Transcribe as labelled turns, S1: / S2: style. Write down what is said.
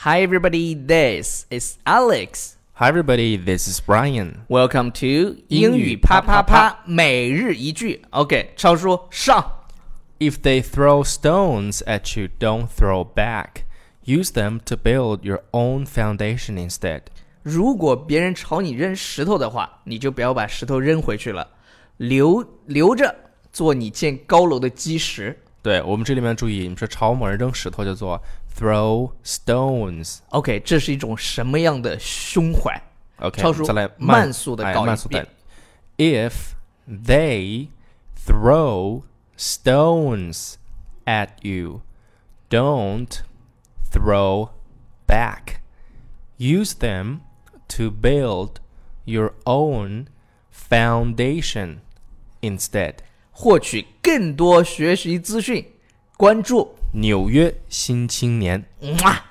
S1: Hi, everybody. This is Alex.
S2: Hi, everybody. This is Brian.
S1: Welcome to 英
S2: 英
S1: 语
S2: 语
S1: 啪啪
S2: 啪啪
S1: 啪每日一句。OK，超叔上。
S2: If they throw stones at you, don't throw back. Use them to build your own foundation instead.
S1: 如果别人朝你扔石头的话，你就不要把石头扔回去了，留留着做你建高楼的基石。
S2: 对我们这里面注意，你说朝某人扔石头叫做 throw stones。
S1: OK，这是一种什么样的胸怀
S2: OK，
S1: 超叔
S2: 再来
S1: 慢速地
S2: 哎
S1: 搞一
S2: 慢速地
S1: 遍
S2: If they throw stones at you, don't throw back. Use them to build your own foundation instead.
S1: 获取更多学习资讯，关注。
S2: 纽约新青年。
S1: 嗯啊